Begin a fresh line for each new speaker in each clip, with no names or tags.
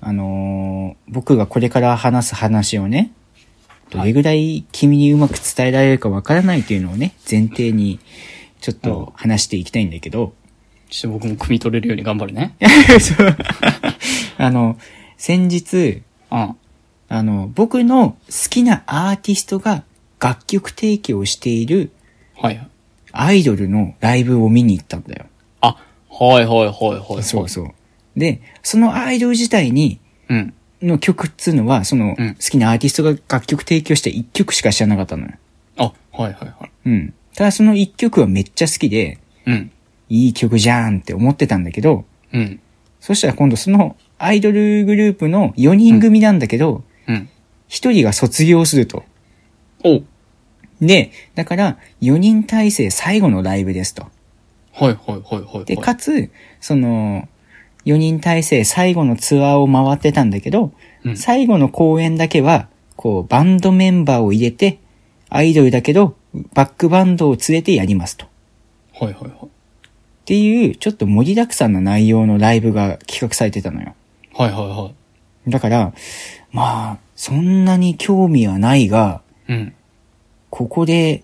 あのー僕がこれから話す話をね、どれぐらい君にうまく伝えられるかわからないというのをね、前提に、ちょっと話していきたいんだけど、
ちょっと僕も汲み取れるように頑張るね。
そうあの、先日、
うん。
あの、僕の好きなアーティストが楽曲提供している
はい。
アイドルのライブを見に行ったんだよ。
あ、はいはいはいはい。
そうそう。で、そのアイドル自体に、
う。うん。
の曲っつうのは、その、
うん
好きなアーティストが楽曲提供した1曲しか知らなかったのよ。
あ、はいはいはい。
うん。ただその1曲はめっちゃ好きで、
うん。
いい曲じゃんって思ってたんだけど、
うん。
そしたら今度そのアイドルグループの4人組なんだけど、
うん。
1人が卒業すると。
おはい
で、だから4人体制最後のライブですと。
はいはいはい。
で、かつ、その、4人体制最後のツアーを回ってたんだけど、
うん
最後の公演だけは、こう、バンドメンバーを入れて、アイドルだけど、バックバンドを連れてやりますと。っ
はいはいはい。
ていう、ちょっと盛りだくさんな内容のライブが企画されてたのよ。
はいはいは
だから、まあ、そんなに興味はないが、
い。うん。
ここで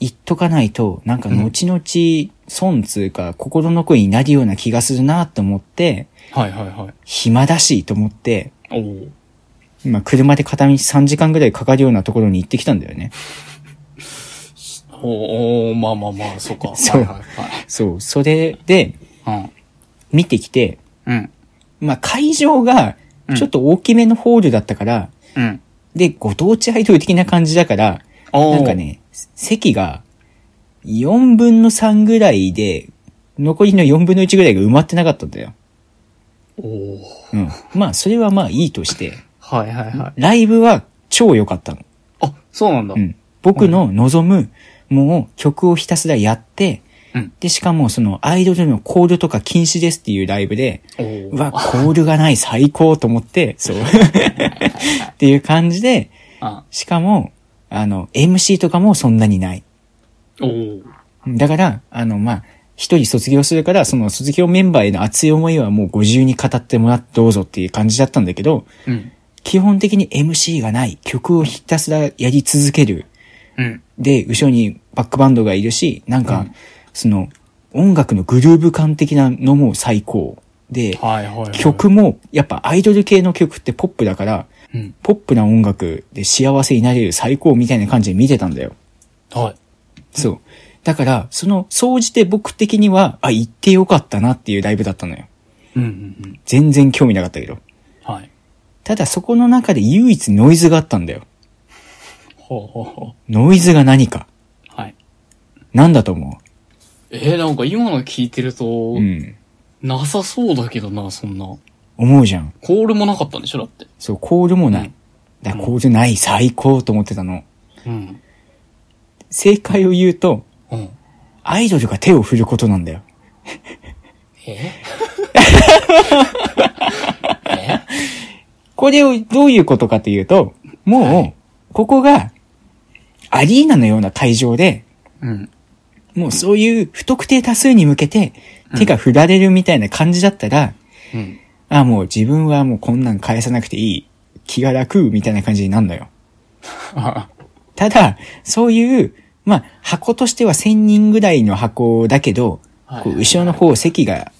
言っとかないと、なんか後々損つうか心残りになるような気がするなと思って、
はいはいはい。
暇だしと思って、
おー
まあ車で片道3時間ぐらいかかるようなところに行ってきたんだよね。
おーおーまあまあまあ、 そうか。
そう
はいはい
そう。それで
はい。
見てきて、
うん。うん。
まあ会場がちょっと大きめのホールだったから、
うん。
で、ご当地アイドル的な感じだから、
おー
なんか。ね、席が4分の3ぐらいで、残りの4分の1ぐらいが埋まってなかったんだよ。
おー
うん。まあ、それはまあいいとして、
はいはいはい。
ライブは超良かったの。
あ、そうなんだ。
うん。僕の望む、もう曲をひたすらやって、
うん
で、しかもそのアイドルのコールとか禁止ですっていうライブで、
おー
うわ、コールがない最高と思って、 そう。っていう感じで、
あ、
しかも、あの、MC とかもそんなにない。
おー
だから、あの、まあ、一人卒業するから、その卒業メンバーへの熱い思いはもうご自由に語ってもらってどうぞっていう感じだったんだけど、
うん。
基本的に MC がない、曲をひたすらやり続ける。
うん。
で、後ろにバックバンドがいるし、なんか、その、音楽のグルーヴ感的なのも最高。で、
はいはいはい。。
曲も、やっぱアイドル系の曲ってポップだから、
うん。
ポップな音楽で幸せになれる最高みたいな感じで見てたんだよ。
はい。
そう。だから、その、総じて僕的には、あ、行ってよかったなっていうライブだったのよ。
うんうんうん。
全然興味なかったけど。
はい。
ただそこの中で唯一ノイズがあったんだよ。
ほうほうほ
ノイズが何か。
う。はい。
なんだと思
えー、なんか今の聞いてると、
ううん。
なさそうだけどな、そんな。
思うじゃん。
コールもなかったんでしょだって。
そう、コールもな
う
い
ん。
だからコールない、最高と思ってたの。
うん。
正解を言うと、
うん。
アイドルが手を振ることなんだよ。
ええ
これをどういうことかというと、もう、ここが、アリーナのような会場で、
うん。
もうそういう不特定多数に向けて手が振られるみたいな感じだったら、
うん。
あもう自分はもうこんなん返さなくていい。気が楽みたいな感じになるのよ。
あ
ただ、そういう、まあ、箱としては1000人ぐらいの箱だけど、
はい
こう後ろの方席が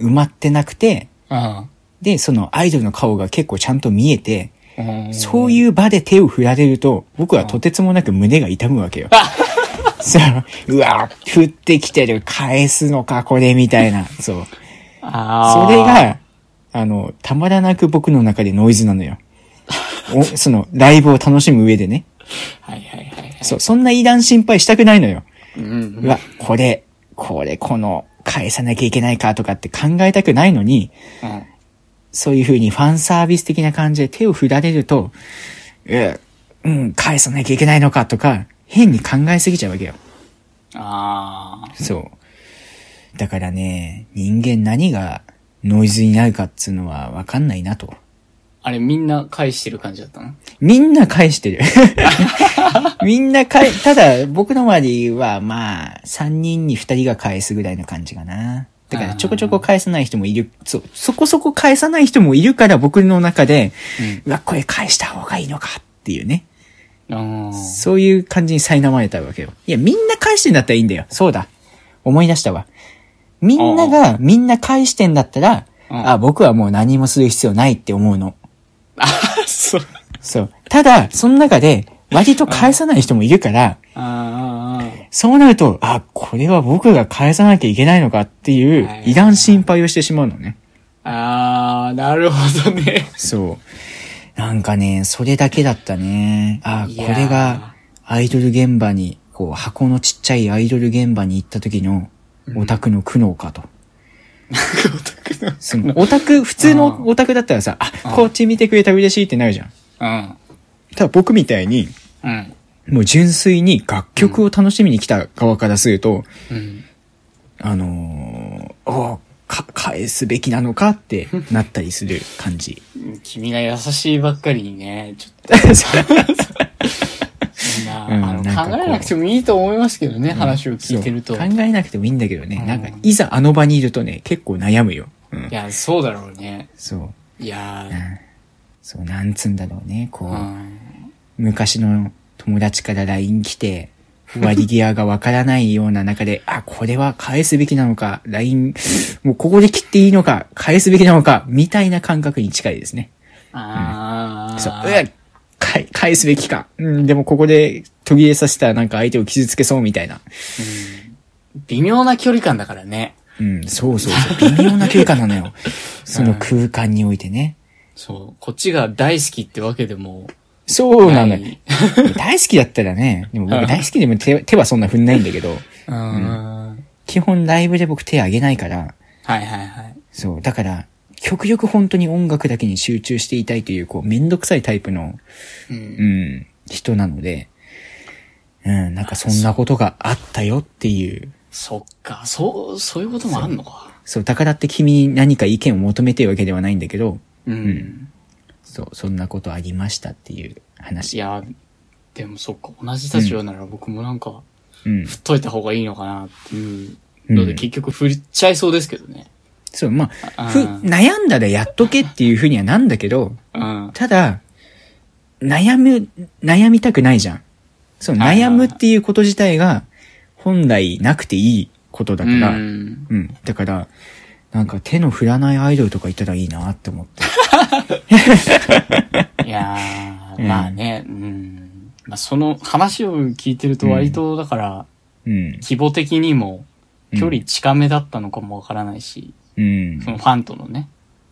埋まってなくて、
あ。
で、そのアイドルの顔が結構ちゃんと見えて、
うん。
そう
う。
いう場で手を振られると、僕はとてつもなく胸が痛むわけよ。 そう、うわ、振ってきてる、返すのか、これ、みたいな。そう。
ああ。
それ。が、あの、たまらなく僕の中でノイズなのよ。おその、ライブを楽しむ上でね。
はいはいはいはい。
そう、そんな異談心配したくないのよ。
うん。
うわ、これ、これ、この、返さなきゃいけないかとかって考えたくないのに、
うん。
そういう風にファンサービス的な感じで手を振られると、え、うん、返さなきゃいけないのかとか、変に考えすぎちゃうわけよ。
ああ。
そう。だからね、人間何がノイズになるかっつうのはわかんないなと。
あれみんな返してる感じだったの
みんな返してる。 みんな返、ただ僕の周りはまあ、3人に2人が返すぐらいの感じかな。だからちょこちょこ返さない人もいる、そ、そこそこ返さない人もいるから僕の中で、うわ、これ返した方がいいのかっていうね。
うん。
そういう感じに苛まれたわけよ。いや、みんな返してんだったらいいんだよ。そうだ。思い出したわ。みんなが、みんな返してんだったら、
うん
あ、僕はもう何もする必要ないって思うの。
あ、そう。
そう。ただ、その中で、割と返さない人もいるから、
あー
そうなると、あ、これは僕が返さなきゃいけないのかっていう
はい、
いらん心配をしてしまうのね。
あー、あーなるほどね。
そう。なんかね、それだけだったね。あ、
い
こ
やー
れが、アイドル現場に、こう、箱のちっちゃいアイドル現場に行った時の、オタクの苦悩かと。
なんかオタ クの
その、オタク、普通のオタクだったらさ、あ、こっち見てくれたら嬉しいってなるじゃん。
うん。
ただ僕みたいに、
うん。
もう純粋に楽曲を楽しみに来た側からすると、
うん。
あのー、おうか、返すべきなのかってなったりする感 じ。
君が優しいばっかりにね、ちょっとみんな、
うん
あの
なんかこ
考
う
えなくてもいいと思いますけどね、話を聞いてると。
そう
い
考えなくてもいいんだけどね、
うん
なんか、いざあの場にいるとね、結構悩むよ。うん。
や、そうだろうね。
そう。
いや
そう、なんつうんだろうね。こ
ー、
う、
うん。
昔の友達から LINE 来て、割り際がわからないような中で、あ、これは返すべきなのか、LINE、もうここで切っていいのか、返すべきなのか、みたいな感覚に近いですね。
ああ。
そう、うわ返返すべきか。うん、でもここで途切れさせたらなんか相手を傷つけそうみたいな。
微妙な距離感だからね。
うん、そうそうそう。微妙な空間なの よ。その空間においてね。
そう。こっちが大好きってわけでも。
そうなの
な
よ
い。
大好きだったらね、でも
う
僕
ん
大好きでも手手はそんな踏んないんだけど、
うん。はい
基本ライブで僕手あげないから、
はいはい。
そう、だから、極力本当に音楽だけに集中していたいという、こう、めんどくさいタイプの、
う。
うんん、人なので、うん、なんかそんなことがあったよっていう。
そっか。そう、そういうこともあんのか。
そう、だからって君に何か意見を求めてるわけではないんだけど、
うん。
そう、そんなことありましたっていう話。
いや、でもそっか。同じ立場なら僕もなんか、
うん。
振っといた方がいいのかなっていうので、
うん
結局振っちゃいそうですけどね。
そう、まあ、ふ
あー、
悩んだらやっとけっていうふうにはなんだけど、
うん。
ただ、悩む、悩みたくないじゃん。そう、
はいは
悩
い
むっていうこと自体が、本来なくていいことだ
だ
から、
う
うん、
ん。
だから、なんか手の振らないアイドルとかいたらいいなって思って。
いや
うん
ー、まあね、うん。まあその話を聞いてると割と、だから、
うん。
規模的にも、距離近めだったのかもわからないし、
うん。
そのファンとのね、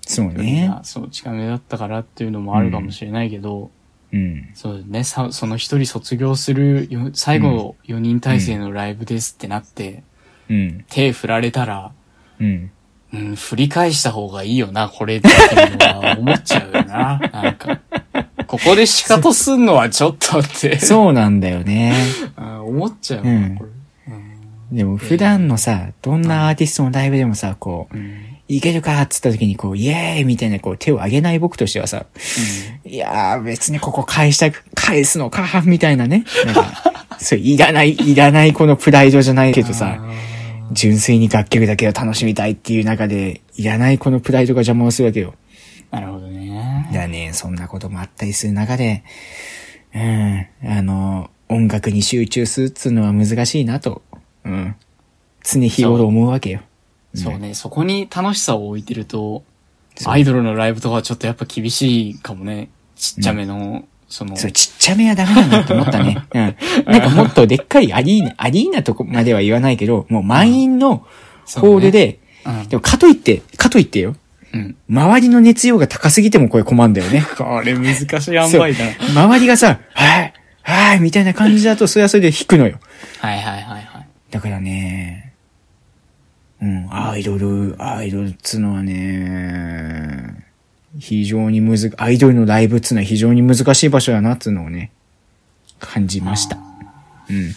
そう
距離
ね。
がそう近めだったからっていうのもあるかもしれないけど、
うん。
そうね、さその一人卒業するよ最後4人体制のライブですってなって、
うん。
手振られたら、
うん。
うん、振り返した方がいいよな、これっていうのは思っちゃうよな、 なんか。ここで仕方すんのはちょっとって、
そうなんだよね。
あ思っちゃうよな、
うん
これ。
でも普段のさ、どんなアーティストのライブでもさ、こう、
うん
いけるかっつった時にこう、イエーイみたいなこう手を上げない僕としてはさ、いやー別にここ返したく、返すのかみたいなね。なんかそう、いらない、いらないこのプライドじゃないけどさ、純粋に楽曲だけを楽しみたいっていう中で、いらないこのプライドが邪魔をするわけよ。
なるほどね。
だね、そんなこともあったりする中で、うん、あの、音楽に集中するっつうのは難しいなと、うん、常日頃思うわけよ。
そうね、そこに楽しさを置いてると、アイドルのライブとかはちょっとやっぱ厳しいかもね。ちっちゃめの、その、
それちっちゃめはダメだなって思ったね。うん。なんかもっとでっかいアリーナ、アリーナとこまでは言わないけど、もう満員のホールで、
うん
でもかといって、かといってよ。
うん。
周りの熱量が高すぎてもこれ困んだよね。
これ難しい塩
そう
梅だな。
周りがさ、はい、はい、みたいな感じだと、それはそれで引くのよ。
はいはいはいはい。
だからね、うん、アイドル、アイドルっつのはね、非常にむず、アイドルのライブっつのは非常に難しい場所だなっつうのをね、感じました。うん。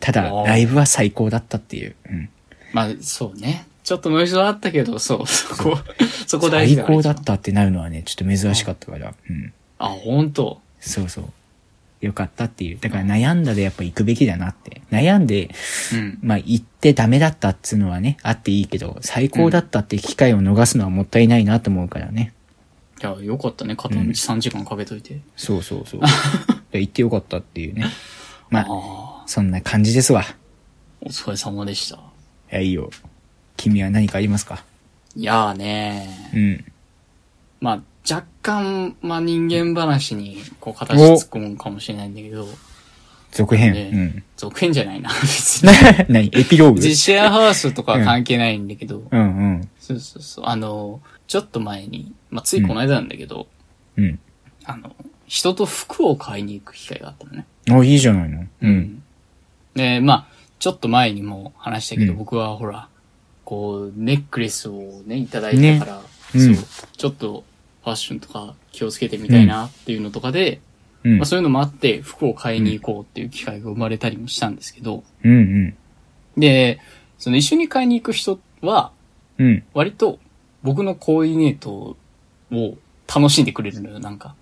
ただ、
おー
ライブは最高だったっていう。うん。
まあ、そうね。ちょっと無償あったけど、そう、そこ、そこ大事
最
だから
高だったってなるのはね、ちょっと珍しかったから。うん。
あ、ほんと。
そうそう。よかったっていう。だから悩んだでやっぱ行くべきだなって。悩んで、
うん。
まあ行ってダメだったっつうのはね、あっていいけど、最高だったって機会を逃すのはもったいないなと思うからね。
いや、よかったね。片道3時間かけといて。
そうそう そう。で行ってよかったっていうね。まあ、
ああ、
そんな感じですわ。い
お疲れ様でした。
や、いいよ。君は何かありますか
いやーね
うん。
まあ、若干、まあ人間話に、こう、形突っ込むかもしれないんだけど、
続編。
ね続編じゃないな、別
うん
に。。
何エピローグ
別にシェアハウスとかは関係ないんだけど、
うんうん。
そうそうそう。あの、ちょっと前に、まあ、ついこの間なんだけど、
うん。
あの、人と服を買いに行く機会があったのね。
あ、いいじゃないの。うん。
で、まあ、ちょっと前にも話したけど、
うん
僕はほら、こう、ネックレスをね、いただいたから、
うん
そう、ちょっとファッションとか気をつけてみたいなっていうのとかで、
うん
まあ、。そういうのもあって、服を買いに行こうっていう機会が生まれたりもしたんですけど、
うんうん。
で、その一緒に買いに行く人は、
うん。
割と僕のコーディネートを楽しんでくれるのよ、なんか。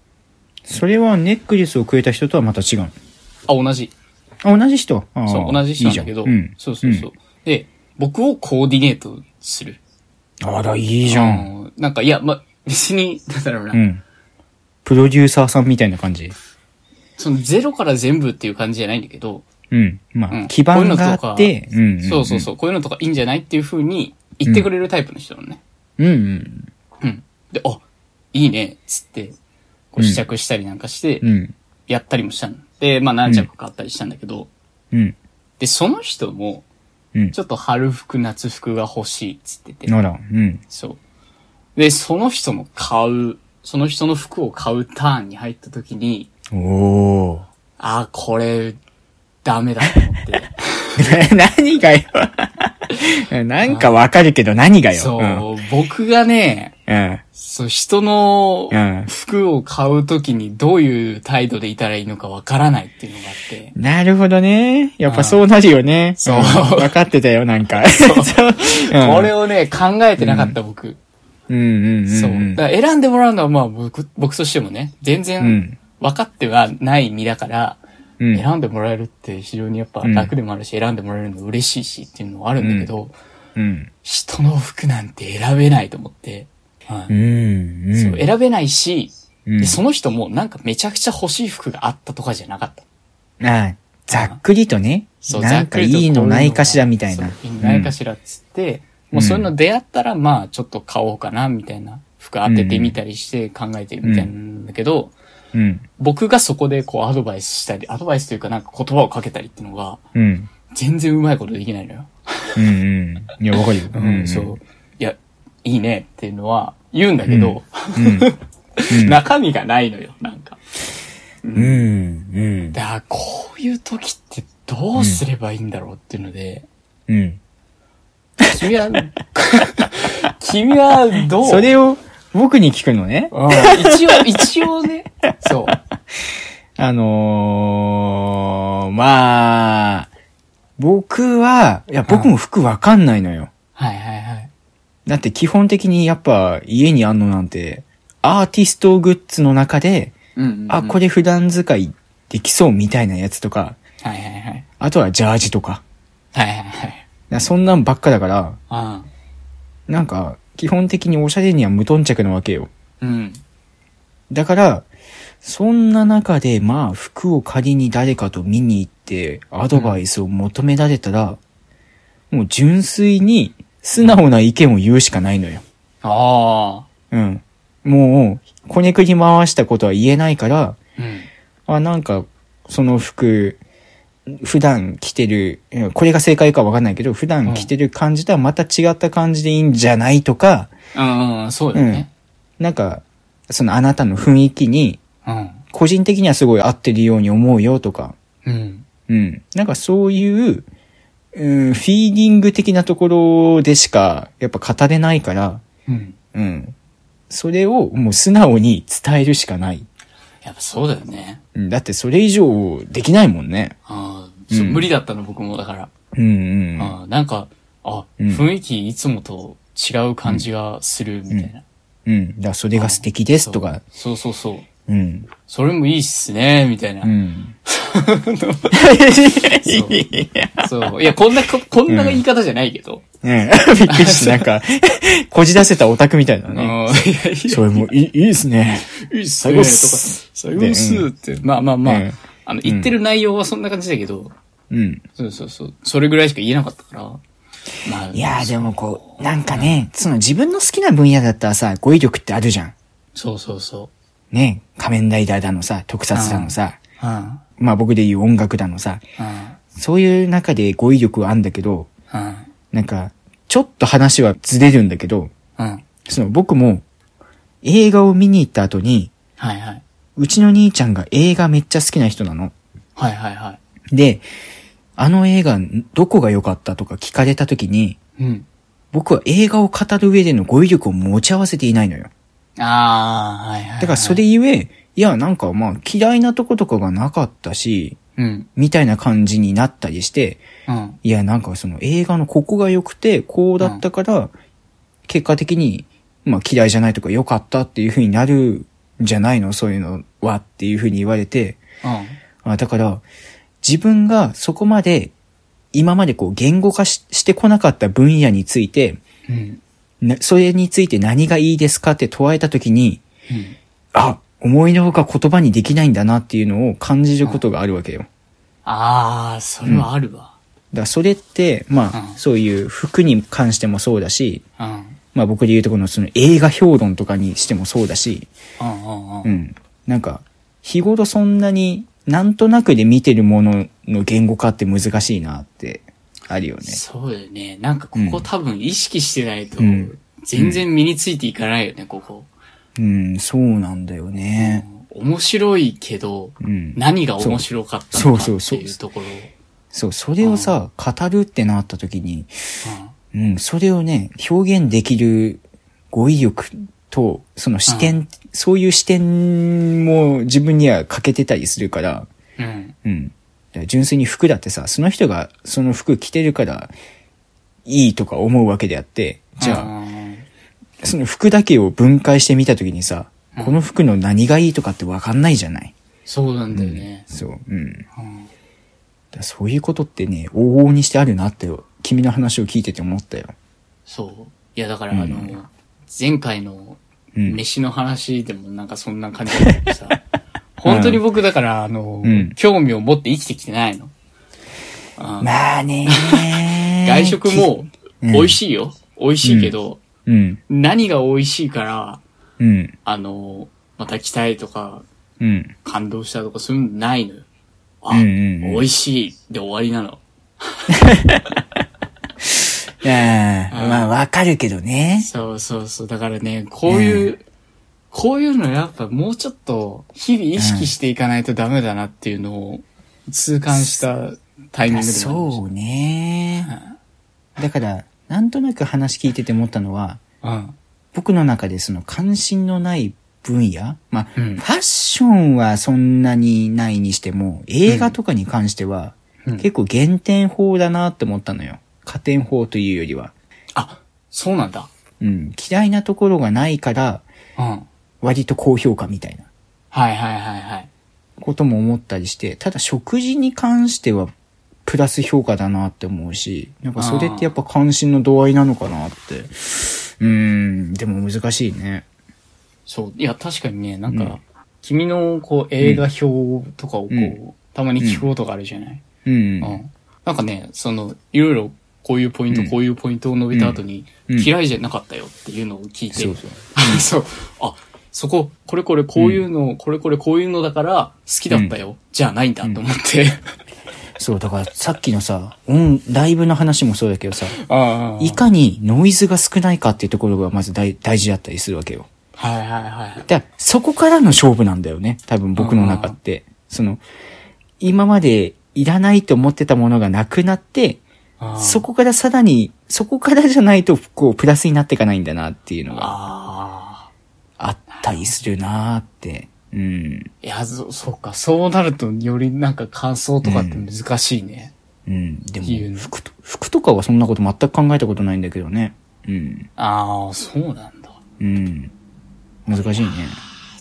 それはネックレスをくれた人とはまた違うの。
あ、同じ。
あ、同じ人あー
そう、同じ人なんだけど、
いいじゃんうん。
そうそうそう、で、僕をコーディネートする。
あら、いい
い
じゃん。。
なんか、いや、ま、別に、なんだろうな、
うん。プロデューサーさんみたいな感じ。
そのゼロから全部っていう感じじゃないんだけど、
うん。ま
う
あ、
ん
基盤があって、
こういうのとかそうそう
う
そう、こういうのとかいいんじゃないっていう風に言ってくれるタイプの人なのね。
ん。うんうん。
うん。で、あ、いいね、つって、こう試着したりなんかして
う、ん。
やったりもしたの。で、まあ何着かあったりしたんだけど、
うん。
で、その人も、
うん。
ちょっと春服、夏服が欲しいっつってて。
なら、うん。
そう。で、その人の買う、その人の服を買うターンに入った時に、
おー。
あーこれ、ダメだと思って。
何がよ。 なんかわかるけど何がよ。
そう、
ん
僕がね、
うん。
そう、人の
うん
服を買う時にどういう態度でいたらいいのかわからないっていうのがあって。
なるほどね。やっぱそうなるよね。
そうん
わかってたよ、なん か。 そう。うん
これをね、考えてなかった僕。
うんうんうん。
そう。
ん
だから選んでもらうのは、まあ僕、僕としてもね、全
うん
然分かってはない身だから、
うん
選んでもらえるって非常にやっぱ楽でもあるし、選んでもらえるの嬉しいしっていうのはあるんだけど、
うん。
人の服なんて選べないと思って、は
う
い
ん。うん
そう選べないし、
うん
でその人もなんかめちゃくちゃ欲しい服があったとかじゃなかった。
ああざっくりとね。
そう、
なんかいいのないかしらみたいな。
そういいのないかしらっつって、
ん
もうそういうの出会ったら、まあちょっと買おうかなみたいな、服当ててみたりして考えてるみたいなんだけど、
うん。
僕がそこでこうアドバイスしたり、アドバイスというかなんか言葉をかけたりっていうのが、
うん。
全然うまいことできないのよ。
うんうん。いや、わかるよ。う
うん、そう。いや、いいねっていうのは言うんだけど、
うん。
中身がないのよ、なんか。
うん。うん。
だからこういう時ってどうすればいいんだろうっていうので、
うん。
君 は、君はどう
それを僕に聞くのね。
うん一応、一応ね。そう。
あのー、まあ、僕は、いや、僕も服わかんないのよ。
はいはいはい。
だって基本的にやっぱ家にあんのなんて、アーティストグッズの中で、
うんうんうん
あ、これ普段使いできそうみたいなやつとか、
はいはいはい。
あとはジャージとか。
はいはいはい。
なそんなんばっかだから、
あ
なんか、基本的におしゃれには無頓着なわけよ。
あうん。
だから、そんな中で、まあ、服を仮に誰かと見に行って、アドバイスを求められたら、もう純粋に素直な意見を言うしかないのよ。
あ
うん。もう、こねくり回したことは言えないから、
あ。うん。
あ、なんか、その服、普段着てる、うんこれが正解かわかんないけど、普段着てる感じとはまた違った感じでいいんじゃないとか、
うんうん、そうだよね。
なんか、そのあなたの雰囲気に、
うん。
個人的にはすごい合ってるように思うよとか、
うん。
うん。なんかそういう、うん、フィーリング的なところでしか、やっぱ語れないから、
うん。
うん。それをもう素直に伝えるしかない。
やっぱそうだよね。
うんだってそれ以上できないもんね。
ああ、そう
うん
無理だったの僕もだから。
うんうん。
ああなんか、あ、
うん
雰囲気いつもと違う感じがするみたいな。
うん。だからそれが素敵ですとか、
そうそうそう。
うん。
それもいいっすね、みたいな
う。 ん。いや
そう。いや、こんなこ、こんな言い方じゃないけど。
ねえ びっくりした。なんか、こじらせたオタクみたいな
うん。い
ね。
やいや、
それもいい、いいですね。
いいっす
最
ね、
後
と
っ
か。
す
最後っすって。まあまあまあ
うん。
あの、言ってる内容はそんな感じだけど、
うん。
そうそうそう。それぐらいしか言えなかったから。まあ、
いやーでもこう、なんかね、その自分の好きな分野だったらさ、語彙力ってあるじゃん。
そうそうそ
ね仮面ライダーだのさ、特撮だのさ、
う。うん。
まあ僕で言う音楽だのさ、
う
そういう中で語彙力はあんだけど、
ん。うん。
なんか、ちょっと話はずれるんだけど、
うん。
その僕も映画を見に行った後に、
はいはい。
うちの兄ちゃんが映画めっちゃ好きな人なの。
はいはいは
で、あの映画どこが良かったとか聞かれた時に、
い。うん。
僕は映画を語る上での語彙力を持ち合わせていないのよ。
ああ、はいはい、はい。
だからそれ、ゆえ、いや、なんかまあ嫌いなとことかがなかったし、
うん。
みたいな感じになったりして、
うん。
いや、なんかその映画のここが良くて、こうだったから、結果的に、まあ嫌いじゃないとか良かったっていう風になるんじゃないのそういうのはっていう風に言われて、
うん。
あだから、自分がそこまで、今までこう言語化ししてこなかった分野について、
うん。
なそれについて何がいいですかって問われた時に、
うん。
あ、思いのほか言葉にできないんだなっていうのを感じることがあるわけよ。だか
ああ、それはあるわ。
らそれって、ま
う
あ、
ん
そういう服に関してもそうだし、
うん。うん。
まあ僕で言うとこのその映画評論とかにしてもそうだし、
うん。う。
うんん。なんか、日頃そんなになんとなくで見てるものの言語化って難しいなってあるよね。
そうだよね。なんかこ
う
こ
ん
多分意識してないと
うん、
全然身についていかないよね、ここ。
うん、そうなんだよね。
面白いけど、
うん。
何が面白かったのか
そう
って
そうそう
いうところ。
そう、それをさ、語るってなった時に、
うん
うん、それをね、表現できる語彙力と、その視点、そういう視点も自分には欠けてたりするから、
うん。
うん。だから純粋に服だってさ、その人がその服着てるからいいとか思うわけであって、じゃあ、
あ。
その服だけを分解してみたときにさ、この服の何がいいとかってわかんないじゃない。
そうなんだよね。
そう、うん。だか
うん
らそういうことってね、往々にしてあるなって、君の話を聞いてて思ったよ。
そう。いや、だから、あの、前回の
うん
飯の話でもなんかそんな感じだけ どさ、本当に僕だから、あの、
うん
興味を持って生きてきてないの。あ
まあね
外食。も
うん
美味しいよ。美味しいけど、
うん、
何が美味しいから、
うん、
あの、また来たいとか、
うん。
感動したとか、そういうのないのよ。あ、
うんうんうん
美味しいで終わりなの。
いやーまあわかるけどね。
そうそうそう。だからね、こういう、こういうのやっぱもうちょっと日々意識していかないとダメだなっていうのを痛感したタイミングでもありました。
そうね。だから、なんとなく話聞いてて思ったのは、
うん。
僕の中でその関心のない分野まあ、
うん
ファッションはそんなにないにしても、映画とかに関しては、
うん
結構減点法だなって思ったのよ。加点法というよりは。
あ、そうなんだ。
うん。嫌いなところがないから、
うん。はい
割と高評価みたいな
はいはいはい。
ことも思ったりして、ただ食事に関しては、プラス評価だなって思うし、なんかそれってやっぱ関心の度合いなのかなって。うーん、でも難しいね。
そう。いや、確かにね、なんか、
うん
君のこう映画表とかをこう、
うん
たまに聞くことがあるじゃない、
うん。
うん。なんかね、その、いろいろこういうポイント、
うん
こういうポイントを述べた後に、
うん
嫌いじゃなかったよっていうのを聞いて、
そうそう。
そう。あ、そこ、これこれこういうの、これこれこういうのだから好きだったよ。じゃあないんだと思 って。
そう、だからさっきのさ、音、ライブの話もそうだけどさ、
ああ
いかにノイズが少ないかっていうところがまず大大事だったりするわけよ。
はいはいはい。
だからそこからの勝負なんだよね。多分僕の中って。その、今までいらないと思ってたものがなくなって、
ああ
そこからさらに、そこからじゃないと、こう、プラスになっていかないんだなっていうのが
ああ。
あったりするなーって。うん。
いや、そ、そうか。そうなると、よりなんか感想とかって難しいね。
うん。でも
言う、ね
服と、服とかはそんなこと全く考えたことないんだけどね。うん。
ああ、そうなんだ。
うん。難しいね。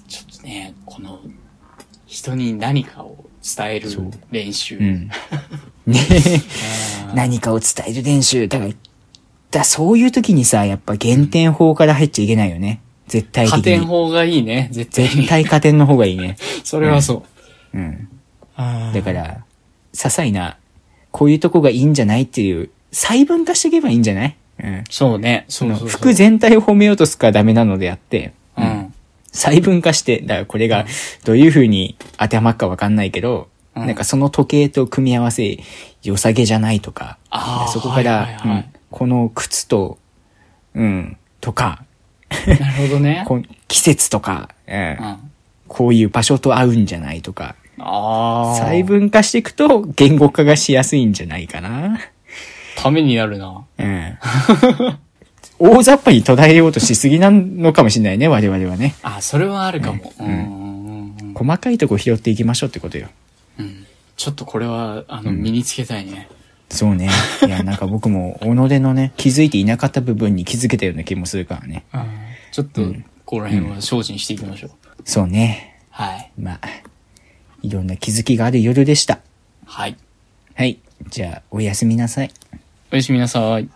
ちょっとですね。この、人に何かを伝える
そう
練習。
うん。ね何かを伝える練習。だから、だそういう時にさ、やっぱ減点法から入っちゃいけないよね。絶対
加
的
点
に。
法がいいね、絶対
絶
に。
対加点の方がいいね。
それはそう。
うん。
あー
だから、些細な、こういうとこがいいんじゃないっていう、細分化していけばいいんじゃないうん。
そうね、そ
そうの
そうそう。
服全体を褒めようとすからダメなのであって、
うん。
細分化して、だからこれがどういう風に当てはまるかわかんないけど、
うん
なんかその時計と組み合わせ、良さげじゃないとか、
あー
そこから、
はいはいはい
うんこの靴と、うん、とか、
なるほどね。
こん季節とか、うん
うん。あ
こういう場所と合うんじゃないとか、
あー。
細分化していくと言語化がしやすいんじゃないかな。
ためになるな。
うん。大雑把に捉えようとしすぎなのかもしれないね、我々はね。
あ、それはあるかも。うんうんうん
細かいとこ拾っていきましょうってことよ。
うん。ちょっとこれは、あの、身につけたいね。
そう ね。いや、なんか僕も、己のね、気づいていなかった部分に気づけたような気もするからね。
うんちょっと、ここら辺は精進していきましょう。
そうね。
はい。
まあ、いろんな気づきがある夜でした。
はい。
はい。じゃあ、おやすみなさい。
おやすみなさい。